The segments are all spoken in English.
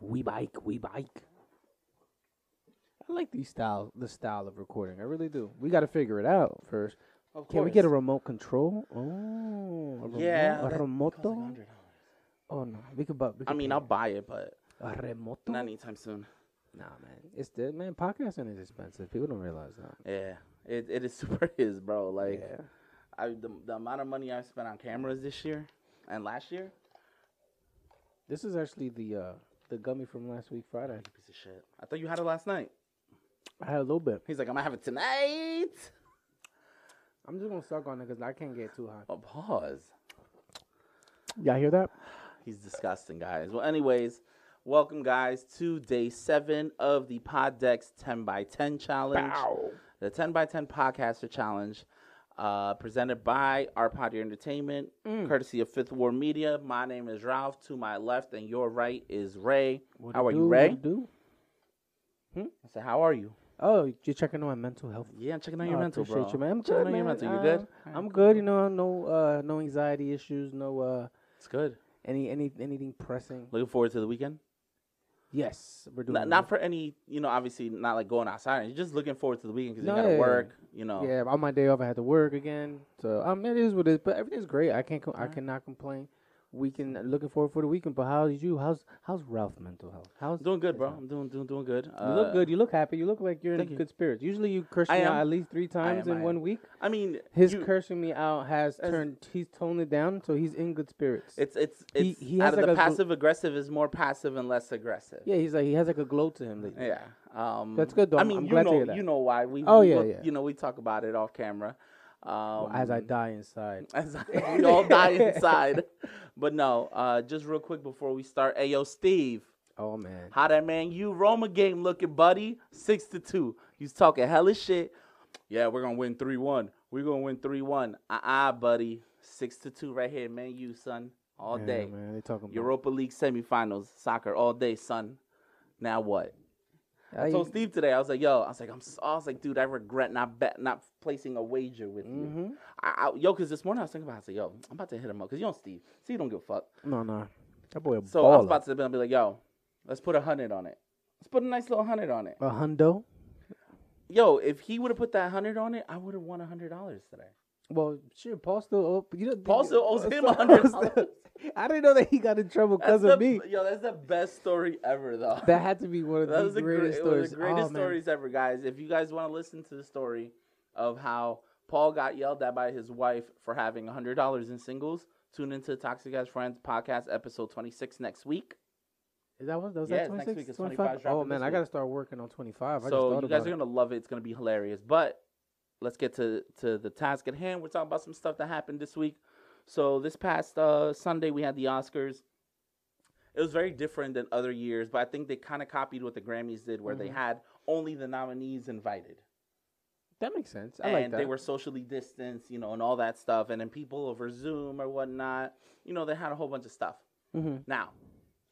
We bike, we bike. I like the style, the style of recording. I really do. We got to figure it out first. Of Can we get a remote control? Oh, a Yeah, remote, a that remoto. Oh no, we could. bu- We could I mean, pay I'll buy it, but a remoto. not anytime soon. Nah, man, it's the man. Podcasting is expensive. People don't realize that. Yeah, it it is super is, bro. Like, yeah. I the, the amount of money I spent on cameras this year and last year, This is actually the uh the gummy from last week Friday. you piece of shit. I thought you had it last night. I had a little bit. He's like, I'm gonna have it tonight. I'm just gonna suck on it because I can't get too high. Oh, pause. Y'all hear that? He's disgusting, guys. Well, anyways, welcome, guys, to day seven of the Pod Decks 10 by 10 challenge. The 10 by 10 podcaster challenge, uh, presented by our Potter Entertainment, Mm. courtesy of Fifth War Media. My name is Ralph. To my left and your right is Ray. What How it are do, you, what Ray? it Do? I said, How are you? Oh, you're checking on my mental health. Yeah, I'm checking on Oh, your I mental, Uh, appreciate bro. You, man. I'm checking good, on your man. mental. You good? Um, I'm good. You know, no, uh, no anxiety issues. No, uh, It's good. any, any, anything pressing. Looking forward to the weekend. Yes, we're doing. Not, well. not for any, you know, obviously not like going outside. You're just looking forward to the weekend because No, you got yeah, to yeah. work, you know. Yeah, on my day off, I had to work again. So um, it is what it is. But everything's great. I can't. Com- I Alright. cannot complain. Weekend, looking forward for the weekend. But how's you? How's how's Ralph mental health? How's I'm doing good, Yes, bro. ma'am. I'm doing doing doing good. Uh, you look good. You look happy. You look like you're in thank you. good spirits. Usually you curse I me out am. at least three times am, I in am. one week. I mean, His you- cursing me out has As- turned. He's toned it down, so he's in good spirits. it's it's He- it's he has out of like a the gl- passive aggressive is more passive and less aggressive. yeah, he's like he has like a glow to him lately. Yeah. Um, That's good, though. I I'm- mean, I'm you glad to know, hear that. you know why we. Oh, we yeah, look- yeah. You know, we talk about it off camera. Um, As I die inside. as I, we all die inside. But no, uh, just real quick before we start, hey yo, Steve, Oh man. how that man you Roma game looking, buddy? Six to two. He's talking hella shit. Yeah, we're gonna win three one. We're gonna win three one. Uh uh buddy. Six to two right here, man. You son, all Yeah, day. man. They talking about. Europa League semifinals, soccer all day, son. Now what? I- I told Steve today, I was like, yo, I was like, I'm, s- I was like, dude, I regret not bet, not placing a wager with you. Mhm. I, I, yo, because this morning I was thinking about, it, I said, yo, I'm about to hit him up because you don't Steve, Steve don't give a fuck. No, no. That boy a So I was baller. about to be like, yo, let's put a hundred on it. Let's put a nice little hundred on it. a hundo. Yo, if he would have put that hundred on it, I would have won a hundred dollars today. Well, sure, Paul still owe, but you know, Paul you- still owes Paul him still $100. owes them. I didn't know that he got in trouble because That's the, of me. Yo, that's the best story ever, though. That had to be one of that the was the greatest greatest, it stories. was the greatest Oh, man. stories ever, guys. If you guys want to listen to the story of how Paul got yelled at by his wife for having hundred dollars in singles, tune into Toxic Ass Friends podcast episode twenty six next week. Is that was that was Yeah, that it's next 26? week. It's 25? 25 Oh man, dropping I this gotta start working on twenty five. I just so thought you guys about are it. gonna love it. It's gonna be hilarious. But let's get to to the task at hand. We're talking about some stuff that happened this week. So this past uh, Sunday we had the Oscars. It was very different than other years, but I think they kind of copied what the Grammys did, where they Mhm. had only the nominees invited. That makes sense. I and like that. they were socially distanced, you know, and all that stuff. And then people over Zoom or whatnot, you know, they had a whole bunch of stuff. hmm Now,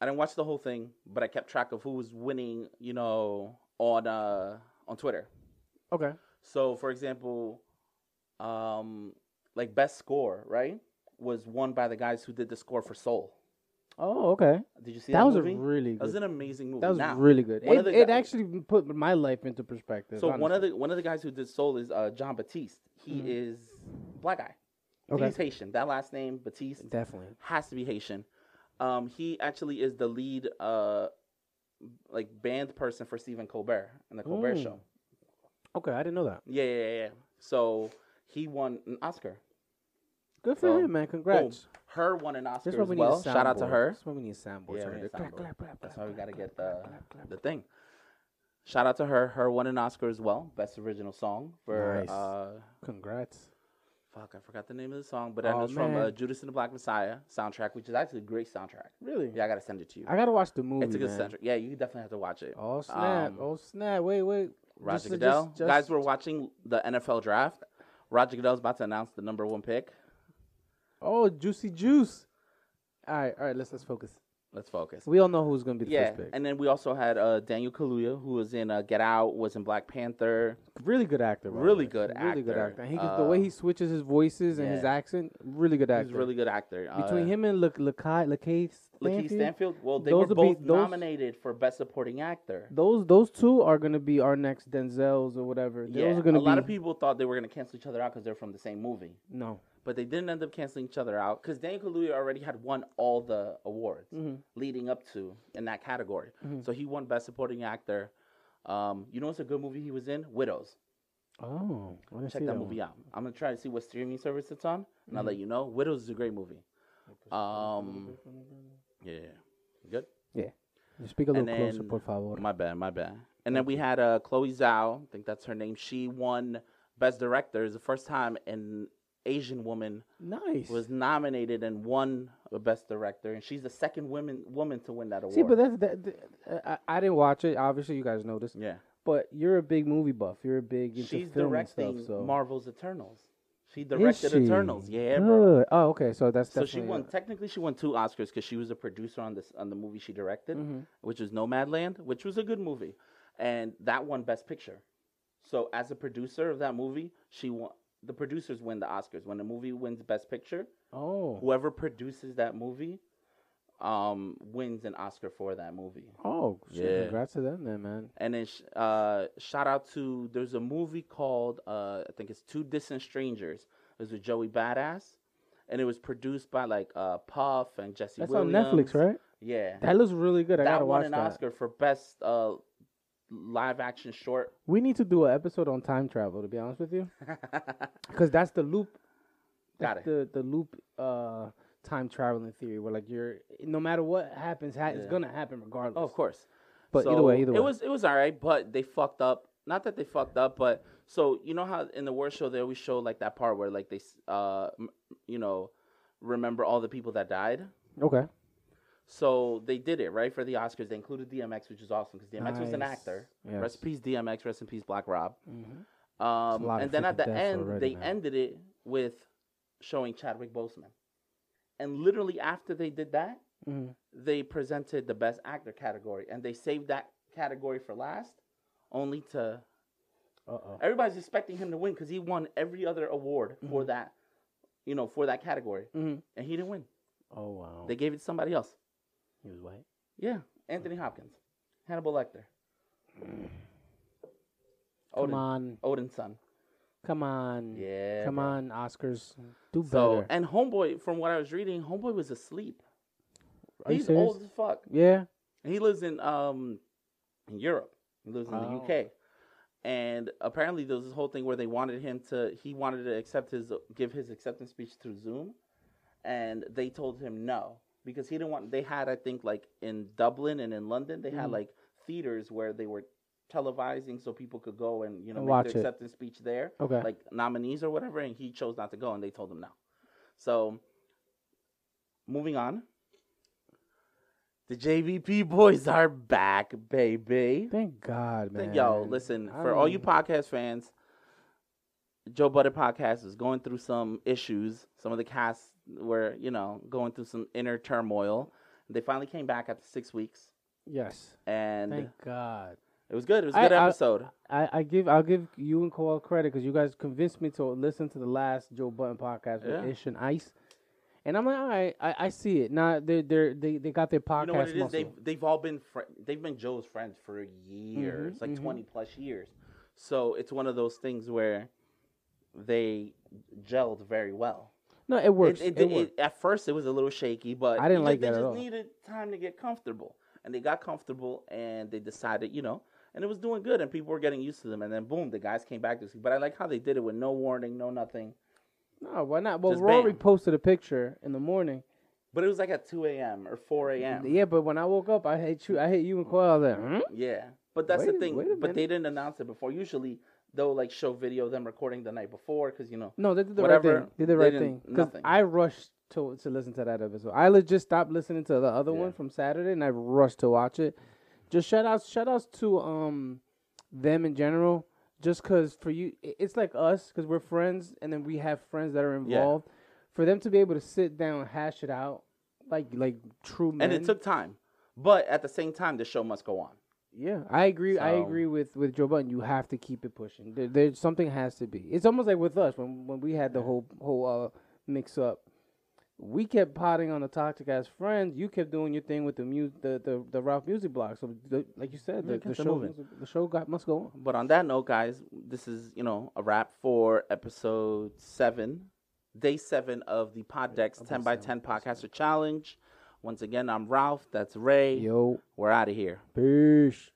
I didn't watch the whole thing, but I kept track of who was winning, you know, on uh, on Twitter. Okay. So, for example, um, like best score, right, was won by the guys who did the score for Soul. Oh, okay. Did you see that, That was movie? a really that was good. an amazing movie. That was Now, really good. one of It, the it guy- actually put my life into perspective. So one of the one of the guys who did Soul is uh, John Batiste. He Mhm. is black guy. I think Okay. He's Haitian. That last name Batiste definitely. has to be Haitian. Um, he actually is the lead, uh, like band person for Stephen Colbert in the Colbert Mm. Show. Okay, I didn't know that. Yeah, yeah, yeah, yeah. So he won an Oscar. Good for So, him, man. Congrats. Her won an Oscar That's why as we well. need a Shout out to soundboard. her. That's why we need soundboards. Yeah, right we need there. a Clap, soundboard. clap, clap, That's clap, why we gotta clap, get clap, the- clap, clap, The thing. Shout out to her. Her won an Oscar as well. Best original song for. Nice. Uh, Congrats. fuck, I forgot the name of the song, but I Aw, know it's from uh, Oh, man. Judas and the Black Messiah soundtrack, which is actually a great soundtrack. Really? Yeah, I gotta send it to you. I gotta watch the movie. it's a good man. soundtrack. Yeah, you definitely have to watch it. Oh snap! Um, oh snap! Wait, wait. Roger Just- uh, Goodell. just- just- Guys, we're watching the NFL draft. Roger Goodell's about to announce the number one pick. Oh, juicy juice. All right, all right. Let's let's focus. Let's focus. We all know who's going to be the Yeah, first pick. and then we also had uh, Daniel Kaluuya, who was in uh, Get Out, was in Black Panther. really good actor. by the Really way. good Really good actor. actor. Uh, And he can- the way he switches his voices and his yeah. accent, really good actor. He's a really good actor. Between Uh, him and Lakai, Le- Lakai Lakeith Stanfield, Stanfield. Well, they Those were would be- both those- nominated for Best Supporting Actor. those those two are going to be our next Denzels or whatever. Yeah, Those are a going to be lot of people thought they were going to cancel each other out because they're from the same movie, No, but they didn't end up canceling each other out because Daniel Kaluuya already had won all the awards Mm-hmm. leading up to in that category. So he won Best Supporting Actor. Um, you know what's a good movie he was in? Widows. Oh, I didn't Check see that that Mm-hmm. movie out. I'm gonna try to see what streaming service it's on, and I'll let you know. Widows is a great movie. Um, yeah, good. You speak a And little closer, then- por favor. My bad, my bad. And then we had uh, Chloe Zhao, I think that's her name. She won Best Director. It's the first time an Asian woman Nice. was nominated and won a Best Director, and she's the second woman woman to win that award. see, but that's that. th- I, I didn't watch it. Obviously, you guys know this. yeah, But you're a big movie buff. You're a big into she's film and directing stuff. So Marvel's Eternals. She Is directed she? Eternals. Yeah, Good. bro. Oh, okay. So that's So she definitely. won. Technically, she won two Oscars because she was a producer on this on the movie she directed, which was Nomadland, which was a good movie, and that won Best Picture. So as a producer of that movie, she won. The producers win the Oscars when the movie wins Best Picture. oh. Whoever produces that movie, um, wins an Oscar for that movie. Oh, shit, Yeah. congrats to them, then, man. And then sh- uh, shout out to there's a movie called uh, I think it's Two Distant Strangers. It was with Joey Badass, and it was produced by like uh, Puff and Jesse. That's Williams. on Netflix, right? Yeah, That looks really good. I that gotta won watch an that. Oscar for best uh, live action short. We need to do an episode on time travel. To be honest with you, because that's the loop. Got that's it. The the loop uh time traveling theory, where like you're no matter what happens, ha- it's Yeah. gonna happen regardless. Oh, of course. But either way, So, either way. it was it was all right. But they fucked up. Not that they fucked up, but so you know how in the war show they always show like that part where like they s- uh m- you know remember all the people that died. Okay. So they did it right for the Oscars. They included DMX, which is awesome because DMX was an Nice. actor. Yes. Rest in peace, DMX. Rest in peace, Black Rob. a Um, lot and of then at freaking the deaths end, already, they man. ended it with showing Chadwick Boseman. And literally after they did that, Mhm. they presented the Best Actor category, and they saved that category for last, only to Uh oh. everybody's expecting him to win because he won every other award Mm-hmm. for that, you know, for that category, Mhm. and he didn't win. Oh wow. Mm-hmm. They gave it to somebody else. he was white. Yeah, Anthony Hopkins, Hannibal Lecter, Come Odin, on. Odin's son. Come on. Oh, Yeah, Come bro. on, Oscars. Do So eh, better. and Homeboy, from what I was reading, Homeboy was asleep. Are you He's serious? old as fuck. Yeah. And he lives in um in Europe. He lives in Oh. the UK. And apparently there was this whole thing where they wanted him to he wanted to accept his give his acceptance speech through Zoom and they told him no because he didn't want they had I think like in Dublin and in London they Mm. had like theaters where they were televising so people could go and you know And make watch it. their acceptance speech there Okay. like nominees or whatever and he chose not to go and they told him no. So moving on. The JVP boys are back, baby. Thank God, Th- man. Yo, listen, I for all you mean- podcast fans, Joe Butter Podcast is going through some issues. Some of the casts were, you know, going through some inner turmoil. They finally came back after six weeks, Yes. and Thank God. it was good. It was a good I- I- episode. I, I give I'll give you and Cole credit because you guys convinced me to listen to the last Joe Button podcast with Yeah. Ish and Ice, and I'm like, all right, I, I see it. Now they they they they got their podcast you know what it is? muscle. They've they've all been fri they've been Joe's friends for years, Mhm, like mhm. twenty plus years. So it's one of those things where they gelled very well. No, it works. It, it, it did- works. it- at first, it was a little shaky, but I didn't you like just- they that at just all. needed time to get comfortable, and they got comfortable, and they decided, you know, and it was doing good, and people were getting used to them, and then boom, the guys came back this week. But I like how they did it with no warning, no nothing. No, why not? Well, Just Rory bam. posted a picture in the morning. But it was like at two a.m. or four a.m. Yeah, but when I woke up, I hit you. I hit you and Cole. I was like, hmm? Yeah, but that's the Wait a- thing. wait a But they didn't announce it before. Usually, they'll like show video of them recording the night before because you know. No, they did the Whatever, right thing. They did the they right thing. didn't- 'Cause nothing. I rushed to to listen to that episode. I legit stopped listening to the other Yeah. one from Saturday, and I rushed to watch it. Just shout outs, shout outs to um them in general. Just because for you, i- it's like us because we're friends, and then we have friends that are involved. For them to be able to sit down, hash it out like like true men. and it took time. But at the same time, the show must go on. Yeah, I agree. I So- agree with with Joe Button. You have to keep it pushing. There, there's something has to be. It's almost like with us when when we had the whole whole uh mix up. We kept potting on the toxic as friends. You kept doing your thing with the mu- the, the the Ralph music block. So the, like you said, Yeah, the, kept the it show moving. the show got must go on. But on that note, guys, this is you know a wrap for episode seven, day seven of the Pod Decks Episode Ten by seven, Ten Podcaster Challenge. Once again, I'm Ralph. That's Ray. Yo, We're out of here. peace.